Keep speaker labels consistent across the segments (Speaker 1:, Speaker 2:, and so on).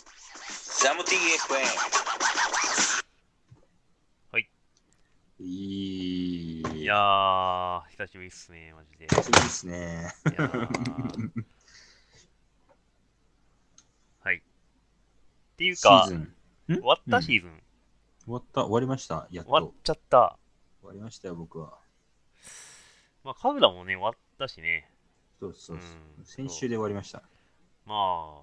Speaker 1: ジャム TFM。
Speaker 2: いい。
Speaker 3: いやー、久しぶりっすね、マジで。
Speaker 2: いいですね。
Speaker 3: いや ーはい。っていう
Speaker 2: シー
Speaker 3: か
Speaker 2: ズ、ン。
Speaker 3: 終わった
Speaker 2: うん
Speaker 3: シーズン。
Speaker 2: 終わった、終わりました。やっと。
Speaker 3: 終わ
Speaker 2: 終
Speaker 3: っちゃった。
Speaker 2: わりましたよ、僕は。
Speaker 3: まあ、カブラもね、終わったしね。
Speaker 2: そうそうそう。
Speaker 3: うん
Speaker 2: 先週で終わりました。
Speaker 3: まあ、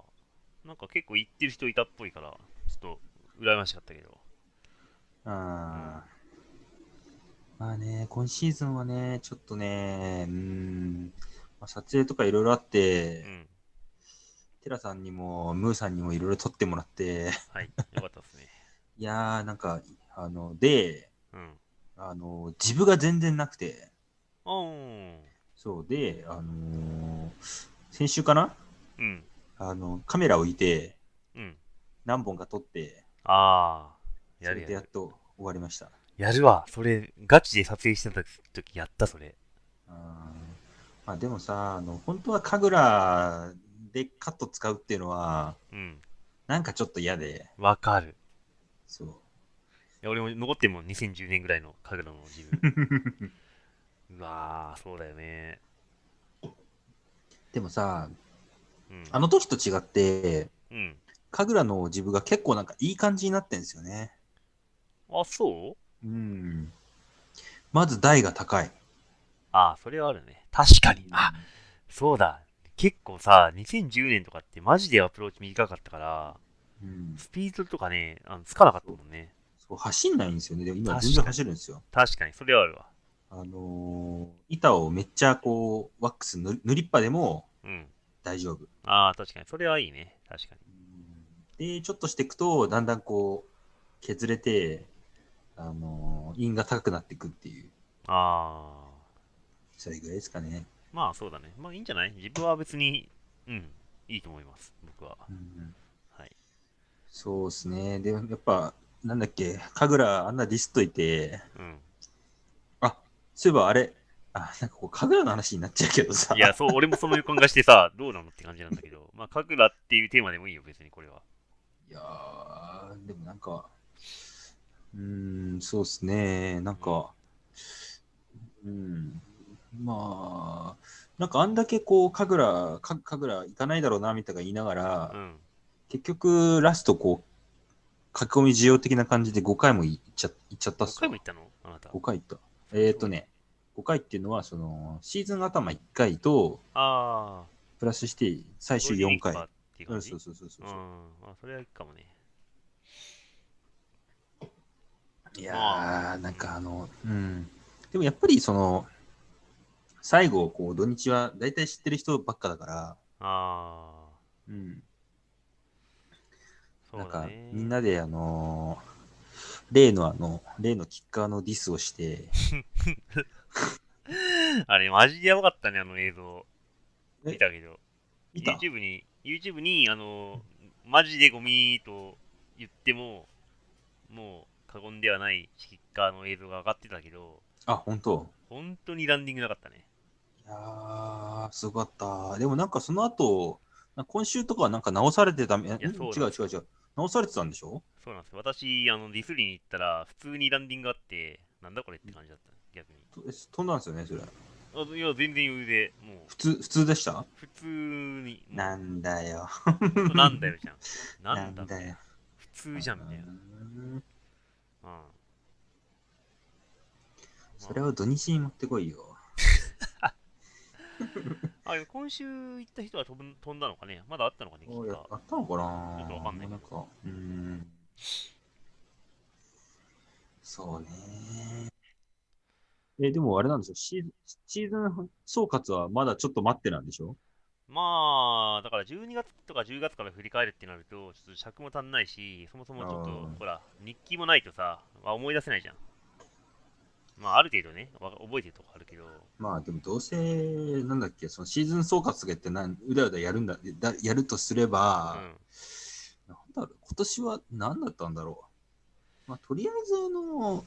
Speaker 3: なんか結構行ってる人いたっぽいから、ちょっと、羨ましかったけど。
Speaker 2: あーまあね、今シーズンはね、ちょっとね、うーん、まあ、撮影とかいろいろあっ
Speaker 3: う
Speaker 2: て、
Speaker 3: ん。
Speaker 2: テラさんにもムーさんにもいろいろ撮ってもらって、
Speaker 3: はい。よかったですね。
Speaker 2: いやー、なんか、あの、で、
Speaker 3: うん。
Speaker 2: あの、自分が全然なくて、
Speaker 3: おー。
Speaker 2: そうで、あのー先週かな
Speaker 3: うん。
Speaker 2: あの、カメラ置いて、
Speaker 3: うん。
Speaker 2: 何本か撮って、
Speaker 3: あー。
Speaker 2: そ
Speaker 3: や
Speaker 2: れ
Speaker 3: る
Speaker 2: でやっ
Speaker 3: やる。
Speaker 2: と終わりました。
Speaker 3: やるわ。それ、ガチで撮影してた時やった、それ。
Speaker 2: あーまあでもさ、あの、本当は神楽でカット使うっていうのは、
Speaker 3: うん。
Speaker 2: なんかちょっと嫌で、
Speaker 3: わかる。
Speaker 2: そう。
Speaker 3: いや、俺も残ってるもん、2010年ぐらいの神楽の自分。 うわー、そうだよね。
Speaker 2: でもさ、
Speaker 3: うん。
Speaker 2: あの時と違って、
Speaker 3: うん。
Speaker 2: 神楽の自分が結構なんかいい感じになってんですよね。
Speaker 3: あ、そう
Speaker 2: うん。まず台が高い。
Speaker 3: あー、それはあるね。確かに。あ、そうだ。結構さ、2010年とかってマジでアプローチ短かったから、
Speaker 2: うん。
Speaker 3: スピードとかね、あのつかなかったもんね。
Speaker 2: そう、走んないんですよね。でも今
Speaker 3: 確かに
Speaker 2: 全然走るんですよ。
Speaker 3: 確かに、それはあるわ。
Speaker 2: あのー板をめっちゃこう、ワックス塗塗りっぱでも
Speaker 3: うん。
Speaker 2: 大丈夫。
Speaker 3: あー、確かに、それはいいね。確かに。
Speaker 2: で、ちょっとしていくと、だんだんこう、削れて、あのー、韻が高くなっていくっていう、
Speaker 3: あ
Speaker 2: それぐらいですかね。
Speaker 3: ー。まあ、そうだね。まあ、いいんじゃない自分は別に、うん、いいと思います。僕は。はい。
Speaker 2: そうですね。で、やっぱ、なんだっけ、神楽あんなディスっといて、
Speaker 3: うん。
Speaker 2: あ、そういえばあれ、あ、なんかこう、神楽の話になっちゃうけどさ。
Speaker 3: いや、そう、俺もその予感がし てさ、どうなのって感じなんだけど、まあ、かぐらっていうテーマでもいいよ、別にこれは。
Speaker 2: いやー、でもなんか、うーん、そうっすね、なんか、うん、まあ、なんかあんだけこう、神楽、か神楽行かないだろうな、みたいな言いながら、
Speaker 3: うん。
Speaker 2: 結局、ラストこう、書き込み需要的な感じで5回も行っちゃ行っちゃったっ
Speaker 3: 5
Speaker 2: す
Speaker 3: 回も行ったのあなた。
Speaker 2: 5回行った。えっ、ー、とね、5回っていうのは、その、シーズン頭1回と、
Speaker 3: ああ。
Speaker 2: プラスして最終4
Speaker 3: ゴール
Speaker 2: 回。
Speaker 3: デンウィークかっていう
Speaker 2: う
Speaker 3: 感
Speaker 2: ん、
Speaker 3: じ。
Speaker 2: そううそうそうそう。
Speaker 3: ん。まあ、それはいいかもね。
Speaker 2: い
Speaker 3: ま
Speaker 2: や
Speaker 3: あ
Speaker 2: ー、なんかあの、うん。でもやっぱりその、最後、こう、土日は大体知ってる人ばっかだから、
Speaker 3: ああ。
Speaker 2: うん。
Speaker 3: そう
Speaker 2: なん
Speaker 3: だ
Speaker 2: か
Speaker 3: ね。、
Speaker 2: みんなで、あのー例のあの、例のキッカーのディスをして、
Speaker 3: あれ、マジでやばかったね、あの映像。
Speaker 2: え
Speaker 3: 見たけど。
Speaker 2: 見た
Speaker 3: YouTube に、YouTube に、あの、マジでゴミと言っても、もう過言ではないスティッカーの映像が上がってたけど、
Speaker 2: あ、本当
Speaker 3: 本当にランディングなかったね。
Speaker 2: いやー、すごかった。でもなんかその後、なんか今週とかはなんか直されてたみ、ん違う違
Speaker 3: そう
Speaker 2: う違う。直されてたんでしょ
Speaker 3: そうなんですよ。私、あの、ディスリーに行ったら、普通にランディングあって、なんだこれって感じだった、逆に。
Speaker 2: とえ飛んだんですよね、それ。
Speaker 3: あいや、全然余裕で、もう、
Speaker 2: 普通、普通でした
Speaker 3: 普通に、もう
Speaker 2: なんだよ。
Speaker 3: なんだよ じゃん。な
Speaker 2: なん
Speaker 3: だ
Speaker 2: ん
Speaker 3: みたい
Speaker 2: だ
Speaker 3: な
Speaker 2: よ。
Speaker 3: 普通じゃん、みたいな。
Speaker 2: うん
Speaker 3: うん。
Speaker 2: それを土日に持ってこいよ。
Speaker 3: あ、あ今週行った人は飛ぶ飛んだのかねまだあったのかねき
Speaker 2: お
Speaker 3: っ
Speaker 2: や
Speaker 3: と
Speaker 2: あったのかな
Speaker 3: ちょっとわかんないけ
Speaker 2: な
Speaker 3: ど
Speaker 2: んか、うーん。そうね。え、でもあれなんですよ。シーズン、シーズン総括はまだちょっと待ってなんでしょ
Speaker 3: まあ、だから12月とか10月から振り返るってなると、ちょっと尺も足んないし、そもそもちょっ
Speaker 2: う
Speaker 3: と
Speaker 2: ん、
Speaker 3: ほら、日記もないとさ、あ思い出せないじゃん。まあ、ある程度ね、わ覚えてるとこあるけど、
Speaker 2: まあでもどうせ、なんだっけ、そのシーズン総括とか言ってなん、うだうだやるんだ、だやるとすれば、
Speaker 3: うん
Speaker 2: なんだろう、今年は何だったんだろう。まあとりあえず、あの、降っ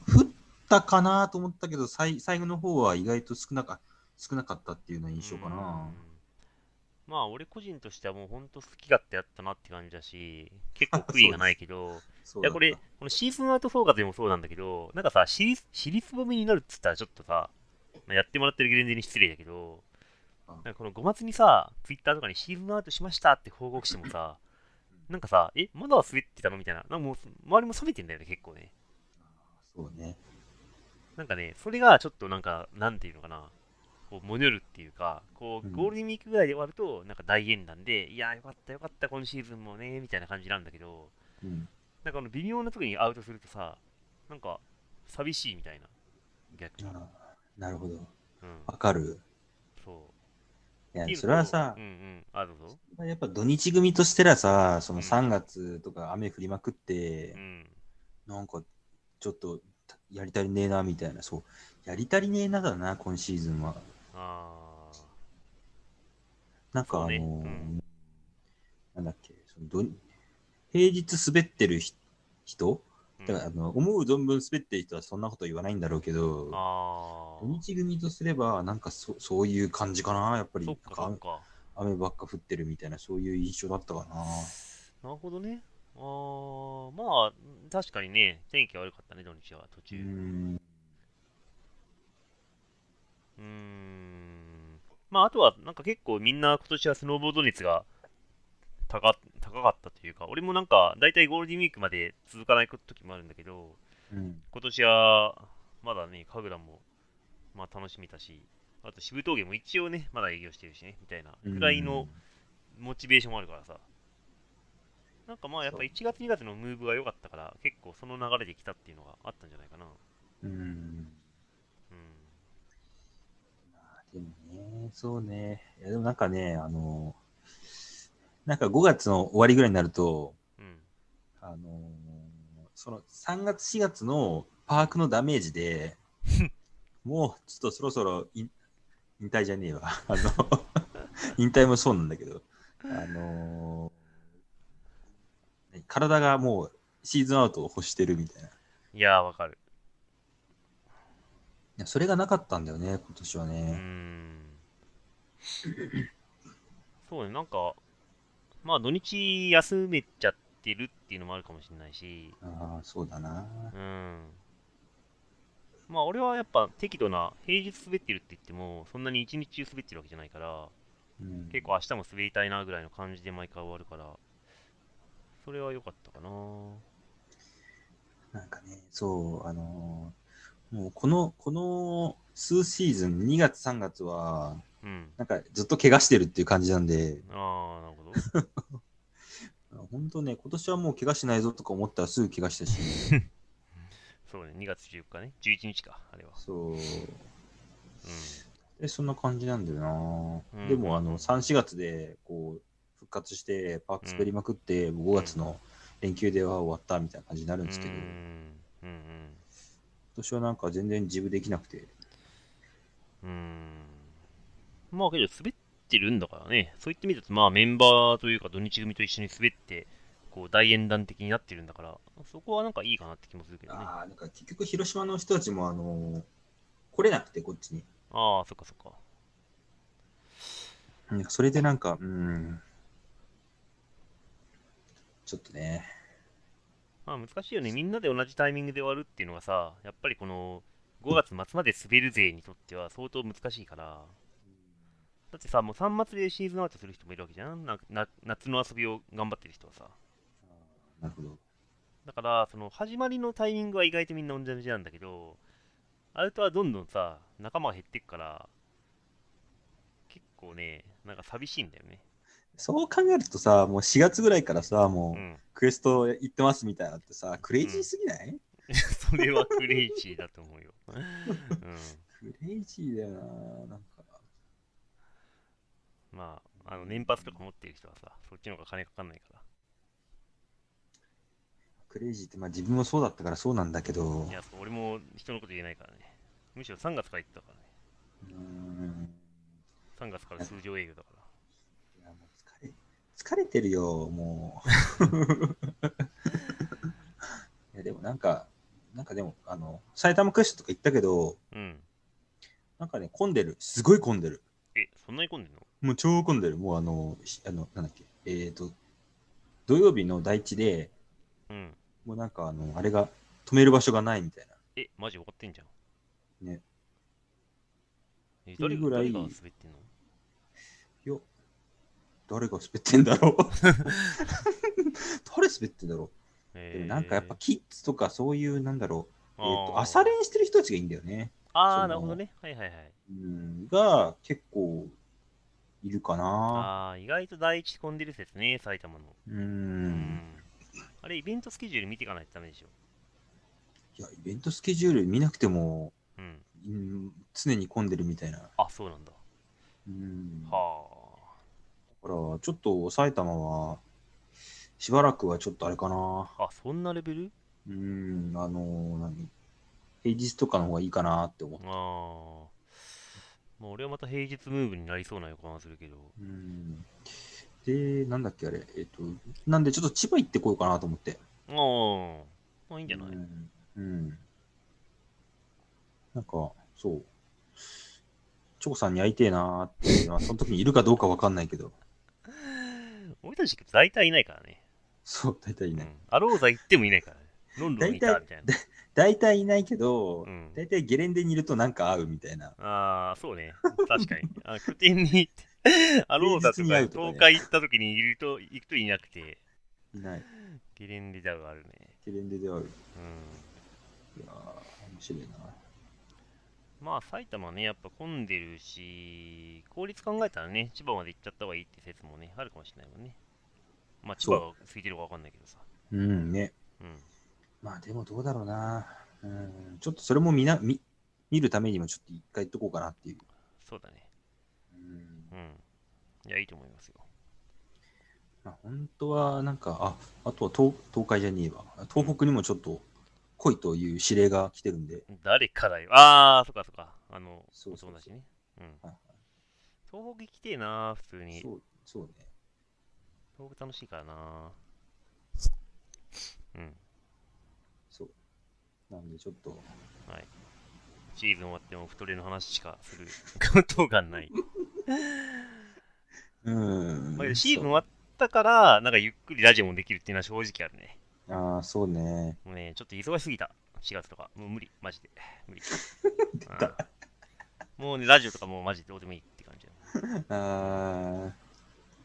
Speaker 2: たかなと思ったけど、最最後の方は意外と少なか少なかったっていうような印象かな。
Speaker 3: うんまあ俺個人としてはもうほんと好き勝手やったなって感じだし、結構悔いがないけど、
Speaker 2: そう
Speaker 3: いやこれ、
Speaker 2: だっ
Speaker 3: このシーズンアウトフォーカスでもそうなんだけど、なんかさ、シリシリスボミになるっつったらちょっとさ、まあやってもらってるゲレンデに失礼だけど、
Speaker 2: あ
Speaker 3: なんかこの5月にさ、ツイッターとかにシーズンアウトしましたって報告してもさ、なんかさ、え、まだ滑ってたのみたいな、なんかもう周りも冷めてんだよね、結構ね。
Speaker 2: たそうね。
Speaker 3: なんかね、それがちょっとなんか、なんていうのかな、こう、もねるっていうか、こ
Speaker 2: う
Speaker 3: う、
Speaker 2: ん
Speaker 3: ゴールデンウィークぐらいで終わると、なんか大演談で、いやー、よかったよかった、今シーズンもね、みたいな感じなんだけど、
Speaker 2: うん。
Speaker 3: なんかあの、微妙な時にアウトするとさ、なんか、寂しいみたいな、逆に。うん。
Speaker 2: あーなるほど。わかる。
Speaker 3: そ。
Speaker 2: いうや
Speaker 3: っていうのと
Speaker 2: それはさ
Speaker 3: うんう、ん、あ、どうぞ。
Speaker 2: やっぱ土日組としてらさ、その
Speaker 3: うん
Speaker 2: 3月とか雨降りまくって
Speaker 3: う、ん。
Speaker 2: なんかちょっとやり足りねえなみたいな、そう、やり足りねえなだな、今シーズンは。
Speaker 3: あー。
Speaker 2: なんかあの
Speaker 3: そう
Speaker 2: ー
Speaker 3: ねうん
Speaker 2: なんだっけ、その土平日滑ってるひ人
Speaker 3: うん
Speaker 2: だからあの思う存分滑ってる人はそんなこと言わないんだろうけど、
Speaker 3: あ
Speaker 2: 土
Speaker 3: ー。
Speaker 2: 日組とすれば、なんかそそういう感じかな、やっぱり
Speaker 3: そっ
Speaker 2: なんか
Speaker 3: かそ
Speaker 2: 雨
Speaker 3: っか。
Speaker 2: 雨ばっか降ってるみたいな、そういう印象だったかな。
Speaker 3: なるほどね。あー、まあ、確かにね、天気悪かったね、土日は、途
Speaker 2: う
Speaker 3: 中。
Speaker 2: ん、
Speaker 3: うーん。まあ、あとは、なんか結構みんな今年はスノーボード率が高高かったというか、俺もなんか、大体ゴールデンウィークまで続かない時もあるんだけど、
Speaker 2: うん、
Speaker 3: 今年は、まだね、神楽も、まあ楽しみだし、あと渋峠も一応ね、まだ営業してるしね、みたいな、くらいのモチベーションもあるからさ。なんかまあやっぱ
Speaker 2: そう
Speaker 3: 1月2月のムーブが良かったから、結構その流れで来たっていうのがあったんじゃないかな。
Speaker 2: うん
Speaker 3: うん。
Speaker 2: でもね、そうね。いやでもなんかね、あの、なんか5月の終わりぐらいになると、
Speaker 3: うん。
Speaker 2: あの、その3月4月のパークのダメージで、 もうちょっとそろそろい引退じゃねえわ。 あの、引退もそうなんだけど、あの、体がもうシーズンアウトを欲してるみたいな。い
Speaker 3: いやー、わかる。
Speaker 2: やそれがなかったんだよね、今年は
Speaker 3: うー
Speaker 2: ね。
Speaker 3: んそうね、なんか、まあ土日休めちゃってるっていうのもあるかもしれないし、
Speaker 2: ああ、そうだな。
Speaker 3: うん。まあ俺はやっぱ適度な、平日滑ってるって言っても、そんなに一日中滑ってるわけじゃないから、
Speaker 2: うん
Speaker 3: 結構明日も滑りたいなぐらいの感じで毎回終わるから、それは良かったかな。
Speaker 2: なんかね、そう、あのーもうこの、この数シーズン、2月、3月は、
Speaker 3: うん。
Speaker 2: なんかずっと怪我してるっていう感じなんで、
Speaker 3: ああ、なるほど。
Speaker 2: 本当ね、今年はもう怪我しないぞとか思ったらすぐ怪我したし、
Speaker 3: そうね、2月14日ね、11日か、あれは。
Speaker 2: そう、
Speaker 3: う
Speaker 2: でそんな感じなんだよな。
Speaker 3: うん
Speaker 2: でも、あの、3、4月で、こう、復活して、パーク滑りまくって、5月の連休では終わったみたいな感じになるん
Speaker 3: ん。
Speaker 2: ですけど、
Speaker 3: うー
Speaker 2: 今
Speaker 3: ん。うんうん。
Speaker 2: 年はなんか全然自分できなくて、
Speaker 3: うーん。まあけど、滑ってるんだからね。そういってみると、まあメンバーというか土日組と一緒に滑って、こう大演談的になってるんだから、そこはなんかいいかなって気もするけどね。あ
Speaker 2: ああ、なんか結局、広島の人たちも、あのー来れなくて、こっちに。
Speaker 3: あー、そっかそっか。
Speaker 2: なんかそれでなんか、うん。ちょっとね。
Speaker 3: まあ難しいよね。みんなで同じタイミングで終わるっていうのがさ、やっぱりこの5月末まで滑る勢にとっては相当難しいから。だってさ、もう3末でシーズンアウトする人もいるわけじゃん。なな夏の遊びを頑張ってる人はさ。
Speaker 2: なるほど。
Speaker 3: だから、その始まりのタイミングは意外とみんな同じなんだけど、アウトはどんどんさ、仲間が減ってくから、結構ね、なんか寂しいんだよね。
Speaker 2: そう考えるとさ、もう4月ぐらいからさ、も
Speaker 3: う。
Speaker 2: ううんクエスト行ってますみたいなのってさ、クレイジーすぎない、
Speaker 3: それはクレイジーだと思うよ。う
Speaker 2: クレイジーだよな。なんか、
Speaker 3: ん。まあ、あの、年発とか持ってる人はさ、そっちの方が金かかんないか
Speaker 2: クレイジーって、まあ自分もそうだったからそうなんだけど
Speaker 3: ら。い、や、そう俺も人のこと言えないからね。むしろ3月から言ってたからね。
Speaker 2: うん。
Speaker 3: 3月から通常営業だから。
Speaker 2: いやもう疲れ疲れてるよ、もう。 いやでもなんか、なんかでも、あの、埼玉クエストとか行ったけど、
Speaker 3: うん。
Speaker 2: なんかね、混んでる。すごい混んでる。
Speaker 3: え、そんなに混んでんの
Speaker 2: もう超混んでる。もうあの、ひあの、なんだっけ。えっ、と、土曜日の第一で、
Speaker 3: うん。
Speaker 2: もうなんかあの、あれが、止める場所がないみたいな。
Speaker 3: え、マジ終わってんじゃん。
Speaker 2: ね。
Speaker 3: え、どれ
Speaker 2: っていうぐらい
Speaker 3: 誰が滑ってんの
Speaker 2: よ誰が滑ってんだ ろう誰滑ってんだろう、で
Speaker 3: え
Speaker 2: も
Speaker 3: ー
Speaker 2: なんかやっぱキッズとかそういう、なんだろう、えー
Speaker 3: あ
Speaker 2: と
Speaker 3: ー
Speaker 2: 朝練してる人たちがいいんだよね。そ
Speaker 3: あー、
Speaker 2: の
Speaker 3: なるほどね。はいはいはい。
Speaker 2: うん、が結構いるかな。
Speaker 3: ああー、意外と第一混んでる説ね、埼玉の。
Speaker 2: う。
Speaker 3: うんあれ、イベントスケジュール見ていかないとダメでしょ。
Speaker 2: いや、イベントスケジュール見なくても、
Speaker 3: うん。
Speaker 2: うん、常に混んでるみたいな。
Speaker 3: あ、そうなんだ。
Speaker 2: うん、だか
Speaker 3: は
Speaker 2: ら、ちょっと埼玉は、しばらくはちょっとあれかな。
Speaker 3: あ。あ、そんなレベル
Speaker 2: うん、あの何平日とかの方がいいかなって思っ
Speaker 3: ああ。もう俺はまた平日ムーブになりそうな予感はするけど。
Speaker 2: うんで、なんだっけあれ、えっ、と、なんでちょっと千葉行ってこようかなと思って。
Speaker 3: ああ。まあいいんじゃない、
Speaker 2: うん。うんなんか、そう。チョコさんに会いてえなーっていうのは、その時にいるかどうかわかんないけど、
Speaker 3: 俺たち大体いないからね。
Speaker 2: そう、大体いな
Speaker 3: う
Speaker 2: い。
Speaker 3: ん。アローザ行ってもいないからね。ロンドンにいたみたいな。
Speaker 2: 大体いないけど
Speaker 3: う、ん、
Speaker 2: 大体ゲレンデにいるとなんか会うみたいな。
Speaker 3: ああ、そうね。確かに。あ拠点に行って、アローザと
Speaker 2: 平日に会
Speaker 3: か
Speaker 2: うとかね
Speaker 3: 東海行った時にいると、行くといなくて、
Speaker 2: いない。
Speaker 3: ゲレンデだがあるね。
Speaker 2: ゲレンデで会う。
Speaker 3: う
Speaker 2: いやー、面白いな。
Speaker 3: ん。まあ、埼玉ね、やっぱ混んでるし、効率考えたらね、千葉まで行っちゃった方がいいって説もね、あるかもしれないもんね。まあ、千
Speaker 2: そう
Speaker 3: 葉が空いてるかわかんないけどさ。
Speaker 2: うんね。
Speaker 3: うん。
Speaker 2: まあでもどうだろうな。うん、ちょっとそれもみな、み見るためにもちょっと一回行っとこうかなっていう。
Speaker 3: そうだね。
Speaker 2: うん
Speaker 3: うん。いや、いいと思いますよ。
Speaker 2: まあ、本当はなんか、ああとは東東海じゃねえわ。東北にもちょっと来いという指令が来てるんで、
Speaker 3: 誰かだよ。ああ、そっかそっか。あの、
Speaker 2: そうそうそう
Speaker 3: お友達ね。うん。
Speaker 2: はい
Speaker 3: 東北行きてえな、普通に。
Speaker 2: そうそうね。
Speaker 3: 東北楽しいからなうん
Speaker 2: そうなんでちょっと、
Speaker 3: シーズン終わっても太れの話しか することがない、
Speaker 2: うん。
Speaker 3: まあ、シーズン終わったからなんかゆっくりラジオもできるっていうのは正直あるね
Speaker 2: ああ、そうね。
Speaker 3: もうねちょっと忙しすぎた4月とかもう無理マジで無理うんもうねラジオとかもうマジでどうでもいいって感じだ
Speaker 2: あー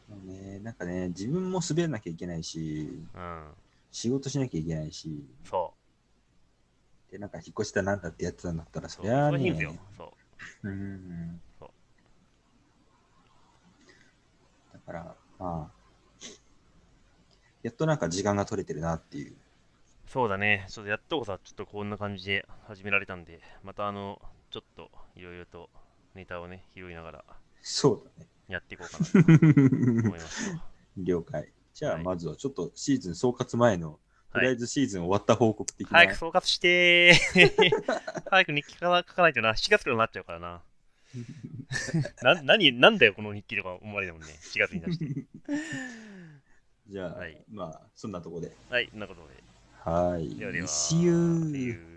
Speaker 2: もうね、なんかね、自分も滑らなきゃいけないし、
Speaker 3: うん
Speaker 2: 仕事しなきゃいけないし、
Speaker 3: そ
Speaker 2: で、なんか引っ越したなんだってやってたんだったら、
Speaker 3: う
Speaker 2: そ
Speaker 3: そう
Speaker 2: りゃあ
Speaker 3: 忙しいんですよ
Speaker 2: ね。
Speaker 3: そう
Speaker 2: うん
Speaker 3: そう
Speaker 2: だから、まあ、やっとなんか時間が取れてるなっていう。
Speaker 3: そうだねちょっとやっとこさちょっとこんな感じで始められたんでまたあのちょっといろいろとネタをね拾いながら
Speaker 2: そう
Speaker 3: やっていこうかなと
Speaker 2: だ
Speaker 3: 思
Speaker 2: ね。
Speaker 3: いますよ
Speaker 2: 了解。じゃあ、
Speaker 3: はい
Speaker 2: まずはちょっとシーズン総括前の、と
Speaker 3: は
Speaker 2: りあ
Speaker 3: い
Speaker 2: えずシーズン終わった報告的な。
Speaker 3: 早く総括して ー早く日記から書かないとな、7月からなっちゃうから な。な何なんだよ、この日記とか思われてもんね、4月に出して。
Speaker 2: じゃあ、
Speaker 3: はい
Speaker 2: まあ、そんなとこで。
Speaker 3: はい、そんなことで。
Speaker 2: はい。
Speaker 3: ではでは。
Speaker 2: See you.
Speaker 3: See you.